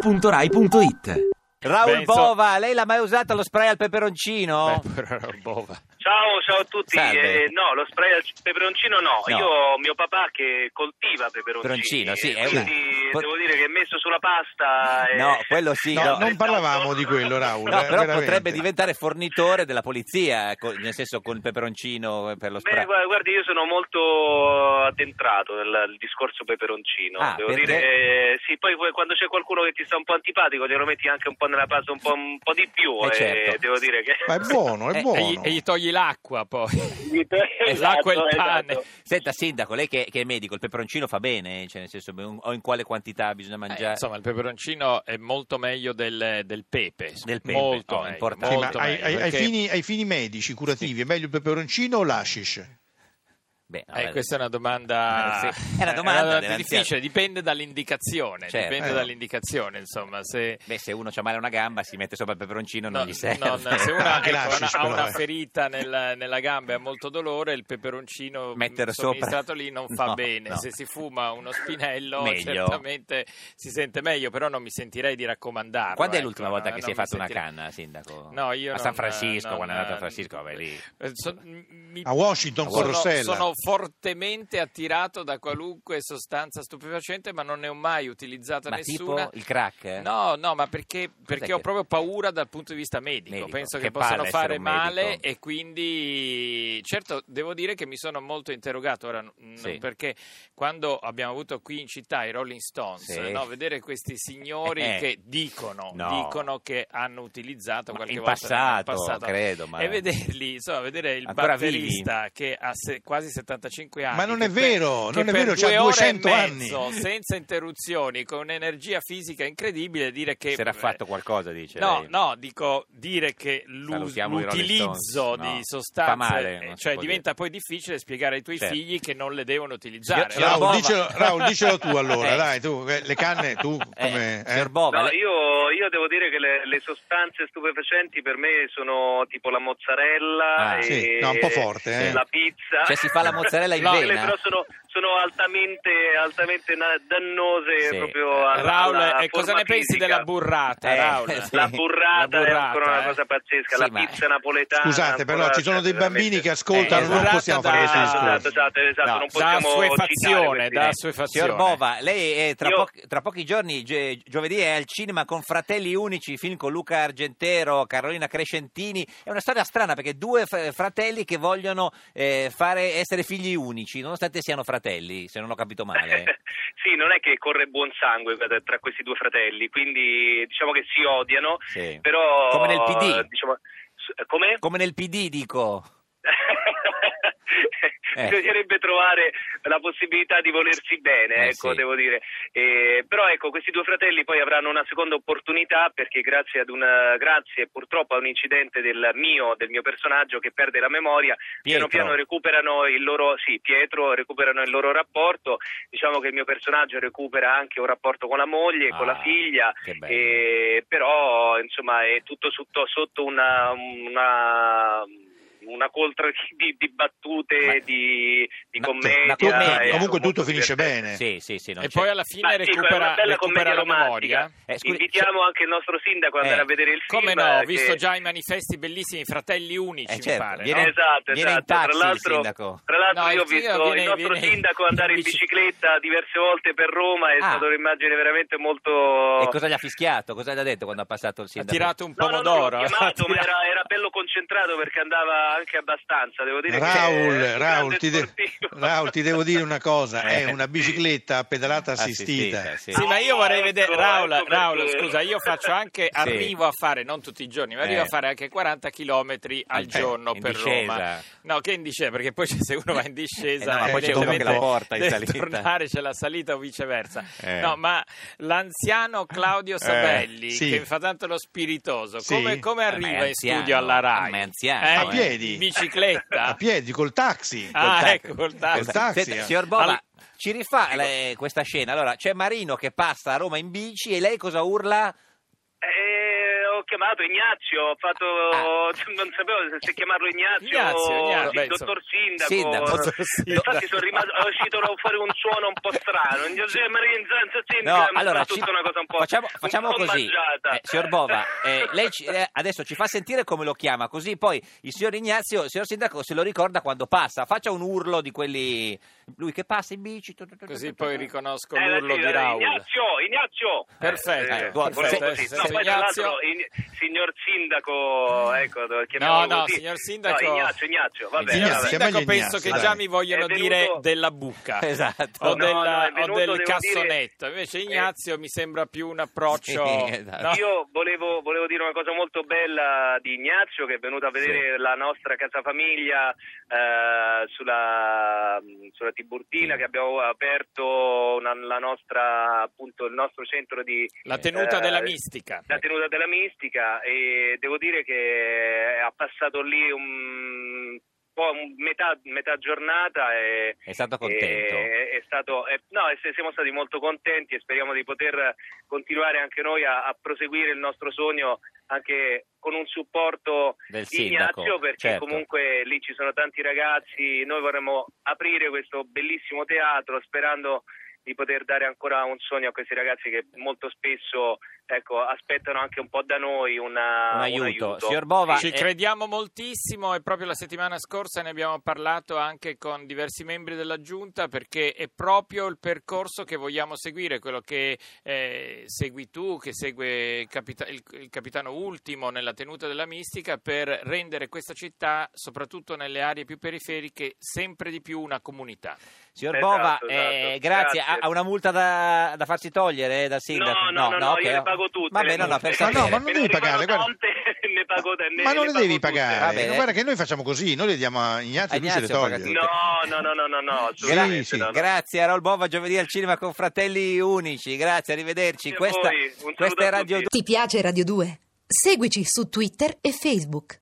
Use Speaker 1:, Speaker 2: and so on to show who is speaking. Speaker 1: radio2pod.rai.it
Speaker 2: Raul
Speaker 3: Beh, insomma-
Speaker 2: Bova, lei l'ha mai usato lo spray al peperoncino?
Speaker 3: Beh, però era un bova.
Speaker 4: Ciao, ciao a tutti.
Speaker 2: Salve.
Speaker 4: Eh, no, lo spray al peperoncino no.
Speaker 2: No.
Speaker 4: Io ho mio papà che coltiva peperoncini. eh,
Speaker 2: Peperoncino, sì, è un-
Speaker 4: Quindi
Speaker 2: po-
Speaker 4: devo dire che è messo sulla pasta. e-
Speaker 2: No, quello sì,
Speaker 4: No,
Speaker 2: no.
Speaker 4: no.
Speaker 5: non parlavamo di quello, Raul.
Speaker 2: No,
Speaker 5: eh,
Speaker 2: però
Speaker 5: veramente.
Speaker 2: potrebbe diventare fornitore della polizia, co- nel senso con il peperoncino per lo
Speaker 4: Beh,
Speaker 2: spray.
Speaker 4: gua- guardi, io sono molto addentrato nel, nel discorso peperoncino.
Speaker 2: Ah,
Speaker 4: devo
Speaker 2: perché?
Speaker 4: dire, eh, sì, poi que- quando c'è qualcuno che ti sta un po' antipatico, glielo metti anche un po' nella pasta un po', un po' di più.
Speaker 2: Eh,
Speaker 4: e
Speaker 2: certo.
Speaker 4: devo dire che.
Speaker 5: Ma è buono, è
Speaker 2: Eh,
Speaker 3: E gli,
Speaker 5: buono.
Speaker 3: e gli togli l'acqua poi. l'acqua e il
Speaker 4: Esatto,
Speaker 3: pane.
Speaker 4: esatto.
Speaker 2: Senta, sindaco, lei che, che è medico, il peperoncino fa bene? Cioè, nel senso, un- o in quale quantità bisogna
Speaker 3: Eh,
Speaker 2: mangiare?
Speaker 3: insomma, il peperoncino è molto meglio del, del pepe.
Speaker 2: Del pepe,
Speaker 3: molto
Speaker 2: oh,
Speaker 3: meglio,
Speaker 2: importante.
Speaker 5: Sì, ma
Speaker 3: molto
Speaker 5: ai,
Speaker 3: meglio,
Speaker 5: ai- ai
Speaker 3: perché-
Speaker 5: fini, ai fini medici, curativi, è meglio il peperoncino o l'ashish?
Speaker 2: Beh, no,
Speaker 3: Eh,
Speaker 2: beh,
Speaker 3: questa è una domanda,
Speaker 2: Eh, sì. È una
Speaker 3: eh,
Speaker 2: domanda dell'anziano.
Speaker 3: difficile, dipende dall'indicazione,
Speaker 2: Certo.
Speaker 3: dipende
Speaker 5: Eh.
Speaker 3: dall'indicazione, insomma, se,
Speaker 2: beh, se uno ha male una gamba, si mette sopra il peperoncino, non
Speaker 3: no,
Speaker 2: gli serve.
Speaker 3: non- se uno ha-
Speaker 5: Anche
Speaker 3: ecco,
Speaker 5: l'hashish,
Speaker 3: una- ha
Speaker 5: però,
Speaker 3: una
Speaker 5: eh.
Speaker 3: ferita nella, nella gamba e ha molto dolore, il peperoncino
Speaker 2: Mettere
Speaker 3: somministrato
Speaker 2: sopra.
Speaker 3: lì non fa
Speaker 2: No,
Speaker 3: bene,
Speaker 2: no.
Speaker 3: se si fuma uno spinello
Speaker 2: Meglio.
Speaker 3: certamente si sente meglio, però non mi sentirei di raccomandarlo.
Speaker 2: Quando è
Speaker 3: ecco,
Speaker 2: l'ultima volta
Speaker 3: no,
Speaker 2: che
Speaker 3: non
Speaker 2: si è
Speaker 3: mi
Speaker 2: fatto una
Speaker 3: sentirei-
Speaker 2: canna, sindaco?
Speaker 3: No, io
Speaker 2: a
Speaker 3: non-
Speaker 2: San Francisco,
Speaker 3: non-
Speaker 2: quando è andato a San Francisco, vai lì.
Speaker 3: Eh, so- mi-
Speaker 5: A Washington con
Speaker 3: sono,
Speaker 5: Rossella.
Speaker 3: sono fortemente attirato da qualunque sostanza stupefacente, ma non ne ho mai utilizzata
Speaker 2: Ma
Speaker 3: nessuna.
Speaker 2: tipo il crack? eh?
Speaker 3: No, no, ma perché, perché
Speaker 2: che-
Speaker 3: ho proprio paura dal punto di vista medico.
Speaker 2: Medico,
Speaker 3: Penso che,
Speaker 2: che
Speaker 3: possano
Speaker 2: palle essere
Speaker 3: fare
Speaker 2: un medico.
Speaker 3: male e quindi, certo, devo dire che mi sono molto interrogato ora, n-
Speaker 2: Sì.
Speaker 3: perché quando abbiamo avuto qui in città i Rolling Stones,
Speaker 2: Sì.
Speaker 3: no, vedere questi signori
Speaker 2: Eh.
Speaker 3: che dicono,
Speaker 2: No.
Speaker 3: dicono che hanno utilizzato
Speaker 2: Ma
Speaker 3: qualche
Speaker 2: in
Speaker 3: volta nel
Speaker 2: passato, credo, ma-
Speaker 3: e vederli, insomma, vedere il
Speaker 2: Ancora
Speaker 3: batterista che ha se- quasi 75 anni,
Speaker 5: Ma non è
Speaker 3: che per-
Speaker 5: vero,
Speaker 3: che
Speaker 5: non è
Speaker 3: per
Speaker 5: vero, c'ha
Speaker 3: due ore e
Speaker 5: 200
Speaker 3: mezzo,
Speaker 5: anni.
Speaker 3: senza interruzioni, con un'energia fisica incredibile, dire che... eh,
Speaker 2: Se era fatto qualcosa, dice
Speaker 3: No,
Speaker 2: lei.
Speaker 3: no, dico dire che l'u-
Speaker 2: Salutiamo i Rolling
Speaker 3: l'utilizzo
Speaker 2: Stones,
Speaker 3: di
Speaker 2: no.
Speaker 3: sostanze,
Speaker 2: Fa male, non
Speaker 3: eh,
Speaker 2: si
Speaker 3: cioè
Speaker 2: può
Speaker 3: diventa poi difficile spiegare ai tuoi
Speaker 2: Certo.
Speaker 3: figli che non le devono utilizzare.
Speaker 2: Signor-
Speaker 3: no?
Speaker 2: Bova.
Speaker 5: Raul, dicelo, Raul, dicelo tu allora,
Speaker 2: Eh.
Speaker 5: dai, tu, eh, le canne, tu come...
Speaker 2: Eh, signor
Speaker 5: eh?
Speaker 2: Bova,
Speaker 4: No,
Speaker 2: lei-
Speaker 4: io, io devo dire che le, le sostanze stupefacenti per me sono tipo la mozzarella
Speaker 2: Ah,
Speaker 4: e
Speaker 5: sì, no, un po' forte,
Speaker 2: eh.
Speaker 4: la pizza.
Speaker 2: Cioè, si fa la mozzarella in
Speaker 4: No, quelle
Speaker 2: vena?
Speaker 4: però sono, sono altamente, altamente na- dannose
Speaker 2: Sì.
Speaker 4: proprio alla,
Speaker 3: Raul,
Speaker 4: alla
Speaker 3: e cosa
Speaker 4: forma
Speaker 3: ne pensi
Speaker 4: fisica.
Speaker 3: della burrata,
Speaker 2: Eh,
Speaker 3: Raul?
Speaker 2: sì.
Speaker 4: La burrata,
Speaker 3: La
Speaker 4: è ancora
Speaker 3: burrata,
Speaker 4: una cosa
Speaker 3: eh.
Speaker 4: pazzesca,
Speaker 2: Sì,
Speaker 4: la
Speaker 2: ma-
Speaker 4: pizza napoletana.
Speaker 5: Scusate, però
Speaker 4: ancora-
Speaker 5: ci sono dei
Speaker 4: veramente-
Speaker 5: bambini che ascoltano,
Speaker 3: Eh,
Speaker 5: non
Speaker 3: esatto,
Speaker 5: possiamo
Speaker 3: da-
Speaker 5: fare questo
Speaker 4: Esatto,
Speaker 5: discorso.
Speaker 4: esatto, esatto, esatto,
Speaker 3: No,
Speaker 4: non
Speaker 3: da
Speaker 4: possiamo
Speaker 3: assuefazione,
Speaker 4: citare
Speaker 3: da
Speaker 4: questi-
Speaker 3: assuefazione.
Speaker 2: Signor Bova, lei eh, tra,
Speaker 4: Io-
Speaker 2: pochi- tra pochi giorni, gio- giovedì, è al cinema con Fratelli Unici, film con Luca Argentero, Carolina Crescentini. È una storia strana perché due fr- fratelli che vogliono eh, fare essere figli unici, nonostante siano fratelli, se non ho capito male.
Speaker 4: sì, non è che corre buon sangue tra- tra questi due fratelli, quindi diciamo che si odiano,
Speaker 2: Sì.
Speaker 4: però...
Speaker 2: Come nel PD.
Speaker 4: Diciamo, s- come?
Speaker 2: Come nel PD dico. Eh.
Speaker 4: Bisognerebbe trovare la possibilità di volersi bene,
Speaker 2: Eh,
Speaker 4: ecco,
Speaker 2: sì.
Speaker 4: devo dire. Eh, però ecco, questi due fratelli poi avranno una seconda opportunità perché grazie ad una grazie purtroppo a un incidente del mio, del mio personaggio che perde la memoria,
Speaker 2: Pietro.
Speaker 4: piano piano recuperano il loro sì, Pietro recuperano il loro rapporto. Diciamo che il mio personaggio recupera anche un rapporto con la moglie, con la
Speaker 2: Ah,
Speaker 4: figlia,
Speaker 2: che bello.
Speaker 4: e- però insomma è tutto sotto, sotto una, una, una coltra di- di, di battute,
Speaker 2: Ma-
Speaker 4: di, di
Speaker 2: Una-
Speaker 4: ah, commedia.
Speaker 2: una
Speaker 5: Tu-
Speaker 2: commedia.
Speaker 4: e-
Speaker 5: Eh, comunque tutto
Speaker 4: molto
Speaker 5: finisce
Speaker 4: divertente.
Speaker 5: bene.
Speaker 2: eh. Sì, sì, sì. non
Speaker 3: E
Speaker 2: c'è-
Speaker 3: poi alla fine
Speaker 4: Ma sì, con
Speaker 3: recupera,
Speaker 4: una bella
Speaker 3: recupera
Speaker 4: commedia
Speaker 3: la
Speaker 4: romantica.
Speaker 3: memoria.
Speaker 2: Eh, scusi,
Speaker 4: Invitiamo anche il nostro sindaco ad andare
Speaker 2: Eh,
Speaker 4: a vedere il film.
Speaker 3: Come no, ho
Speaker 4: eh,
Speaker 3: visto
Speaker 4: che-
Speaker 3: già i manifesti bellissimi, fratelli unici,
Speaker 2: Eh,
Speaker 3: mi
Speaker 2: certo,
Speaker 3: pare.
Speaker 2: viene-
Speaker 3: no?
Speaker 4: Esatto,
Speaker 2: viene in
Speaker 4: esatto.
Speaker 2: taxi il
Speaker 4: tra l'altro,
Speaker 2: sindaco.
Speaker 4: tra l'altro io
Speaker 3: No,
Speaker 4: ho
Speaker 3: il sindaco
Speaker 4: visto
Speaker 3: viene-
Speaker 4: il nostro
Speaker 3: viene
Speaker 4: sindaco andare in
Speaker 3: in bici-
Speaker 4: bicicletta diverse volte per Roma, è
Speaker 2: Ah.
Speaker 4: stata un'immagine veramente molto...
Speaker 2: E cosa gli ha fischiato? Cosa gli ha detto quando ha passato il
Speaker 3: Ha
Speaker 2: sindaco?
Speaker 3: tirato un
Speaker 4: No, no, no,
Speaker 3: pomodoro.
Speaker 4: l'ho chiamato,
Speaker 3: ha
Speaker 4: ma
Speaker 3: tirato-
Speaker 4: era, era bello concentrato perché andava anche abbastanza, devo dire
Speaker 5: Raul,
Speaker 4: che è
Speaker 5: Raul,
Speaker 4: un grande
Speaker 5: ti de-
Speaker 4: sportivo.
Speaker 5: Raul, ti devo dire una cosa,
Speaker 2: Eh,
Speaker 5: è una
Speaker 2: sì.
Speaker 5: bicicletta a pedalata assistita.
Speaker 2: Ah, sì.
Speaker 3: Sì, ma io vorrei
Speaker 4: Ecco,
Speaker 3: vedere
Speaker 4: ecco
Speaker 3: Raul, Raul,
Speaker 4: perché-
Speaker 3: scusa, io faccio anche arrivo a fare non tutti i giorni, ma arrivo
Speaker 2: Eh.
Speaker 3: a fare anche 40 chilometri al
Speaker 2: Eh,
Speaker 3: giorno
Speaker 2: in
Speaker 3: per
Speaker 2: discesa.
Speaker 3: Roma. No, che in discesa, perché poi c'è- se uno va in discesa,
Speaker 2: Eh, no, ma
Speaker 5: poi c'è uno che la
Speaker 3: evidentemente
Speaker 2: porta in
Speaker 3: deve
Speaker 2: salita. Ah,
Speaker 3: tornare c'è la salita o viceversa.
Speaker 2: Eh.
Speaker 3: No, ma l'anziano Claudio Sabelli,
Speaker 5: sì.
Speaker 3: che fa tanto lo spiritoso,
Speaker 5: Sì.
Speaker 3: come, come
Speaker 2: Eh, ma è
Speaker 3: arriva in
Speaker 2: anziano, Ah,
Speaker 3: studio alla RAI?
Speaker 2: ma è anziano,
Speaker 3: Eh,
Speaker 5: A
Speaker 3: in
Speaker 5: piedi.
Speaker 3: Bicicletta?
Speaker 5: A piedi, col taxi.
Speaker 3: Ah,
Speaker 2: Col taxi.
Speaker 3: ecco, col taxi.
Speaker 5: Col taxi,
Speaker 2: Senta,
Speaker 5: eh.
Speaker 2: signor Bova,
Speaker 3: Al-
Speaker 2: ci rifà le- questa scena. Allora, c'è Marino che passa a Roma in bici e lei cosa urla?
Speaker 4: Eh, ho chiamato Ignazio, ho fatto,
Speaker 2: Ah.
Speaker 4: non sapevo se, se chiamarlo Ignazio,
Speaker 3: Ignazio, Ignazio,
Speaker 4: il
Speaker 3: beh,
Speaker 4: dottor Sindaco.
Speaker 2: Sindaco.
Speaker 4: Eh,
Speaker 2: Sindaco.
Speaker 4: Infatti sono rimasto, è uscito fuori un suono un po' strano. In Giuseppe Maria Inzanza Sindaco
Speaker 2: No,
Speaker 4: è
Speaker 2: allora,
Speaker 4: tutta
Speaker 2: ci-
Speaker 4: una cosa un po',
Speaker 2: facciamo,
Speaker 4: un
Speaker 2: facciamo
Speaker 4: po'
Speaker 2: così,
Speaker 4: mangiata.
Speaker 2: Eh, signor Bova, eh, lei ci- eh, adesso ci fa sentire come lo chiama, così poi il signor Ignazio, il signor Sindaco se lo ricorda quando passa, faccia un urlo di quelli, lui che passa in bici, tu, tu, tu, tu,
Speaker 3: Così
Speaker 2: tu,
Speaker 3: poi
Speaker 2: tu.
Speaker 3: riconosco
Speaker 4: Eh,
Speaker 3: l'urlo
Speaker 4: sì,
Speaker 3: di Raul.
Speaker 4: Ignazio, Ignazio!
Speaker 3: Perfetto,
Speaker 4: Eh,
Speaker 2: buono,
Speaker 4: volevo
Speaker 2: perfetto,
Speaker 4: così.
Speaker 2: sì,
Speaker 4: No,
Speaker 2: sì.
Speaker 4: poi tra
Speaker 3: Ignazio-
Speaker 4: l'altro, in- signor Sindaco, ecco, dove chiamiamolo
Speaker 3: no,
Speaker 4: così.
Speaker 3: signor Sindaco-
Speaker 4: No, Ignazio, Ignazio, vabbè,
Speaker 5: Ignazio,
Speaker 3: Signor
Speaker 4: vabbè.
Speaker 5: chiama
Speaker 3: Sindaco,
Speaker 5: gli
Speaker 3: penso
Speaker 5: Ignazio,
Speaker 3: che
Speaker 5: dai.
Speaker 3: già mi vogliono
Speaker 4: È
Speaker 3: dire
Speaker 4: venuto-
Speaker 3: della bucca
Speaker 2: Esatto.
Speaker 4: No,
Speaker 3: o,
Speaker 4: no,
Speaker 3: della-
Speaker 4: è venuto,
Speaker 3: o del
Speaker 4: devo
Speaker 3: cassonetto.
Speaker 4: dire-
Speaker 3: Invece Ignazio mi sembra più un approccio...
Speaker 2: Sì, esatto.
Speaker 3: no?
Speaker 4: Io volevo, volevo dire una cosa molto bella di Ignazio che è venuto a vedere la nostra casa famiglia eh, sulla, sulla Tiburtina che abbiamo aperto una- la nostra, appunto, il nostro centro di
Speaker 3: La tenuta
Speaker 4: eh,
Speaker 3: della mistica.
Speaker 4: la tenuta della mistica e devo dire che ha passato lì un po' un- metà, metà giornata e
Speaker 2: È stato contento.
Speaker 4: e- è stato, è- no, e se- siamo stati molto contenti e speriamo di poter continuare anche noi a, a proseguire il nostro sogno anche con un supporto
Speaker 2: Del
Speaker 4: di
Speaker 2: sindaco,
Speaker 4: Ignazio perché
Speaker 2: certo.
Speaker 4: comunque lì ci sono tanti ragazzi, noi vorremmo aprire questo bellissimo teatro sperando di poter dare ancora un sogno a questi ragazzi che molto spesso ecco, aspettano anche un po' da noi una-
Speaker 2: Un
Speaker 4: un
Speaker 2: aiuto.
Speaker 4: aiuto.
Speaker 2: Signor Bova,
Speaker 4: Sì.
Speaker 3: Ci
Speaker 2: Eh.
Speaker 3: crediamo moltissimo e proprio la settimana scorsa ne abbiamo parlato anche con diversi membri della Giunta perché è proprio il percorso che vogliamo seguire, quello che eh, segui tu, che segue il, capita- il- il capitano ultimo nella tenuta della mistica per rendere questa città, soprattutto nelle aree più periferiche, sempre di più una comunità.
Speaker 2: Signor
Speaker 4: Esatto,
Speaker 2: Bova,
Speaker 4: esatto,
Speaker 2: eh, grazie.
Speaker 4: grazie.
Speaker 2: Ha, ha una multa da, da farsi togliere eh, dal sindaco?
Speaker 4: No, no, no, no,
Speaker 2: ok.
Speaker 4: io le pago tutte. eh.
Speaker 2: Va
Speaker 4: le
Speaker 2: bene, no, no, per
Speaker 4: multe.
Speaker 5: Ma no,
Speaker 2: sapere.
Speaker 5: ma non
Speaker 4: Me ne
Speaker 5: devi pagare,
Speaker 4: arrivano
Speaker 5: guarda.
Speaker 4: tante, ne pago te- ne-
Speaker 5: ma non
Speaker 4: ne
Speaker 5: le
Speaker 4: pago
Speaker 5: devi
Speaker 4: tutte.
Speaker 2: Va
Speaker 5: pagare.
Speaker 2: bene.
Speaker 5: Guarda che noi facciamo così, noi le diamo a Ignazio e lui se le
Speaker 2: Ignazio paga
Speaker 5: toglie.
Speaker 2: tutte.
Speaker 4: No, no, no, no, no, no, assolutamente
Speaker 5: Sì, sì.
Speaker 4: no, no.
Speaker 2: Grazie a Raul Bova, giovedì al cinema con Fratelli Unici. Grazie, arrivederci.
Speaker 4: Grazie a
Speaker 2: Questa,
Speaker 4: voi, un saluto
Speaker 2: questa è
Speaker 4: a
Speaker 2: Radio
Speaker 4: tutti.
Speaker 1: Ti piace Radio 2? Seguici su Twitter e Facebook.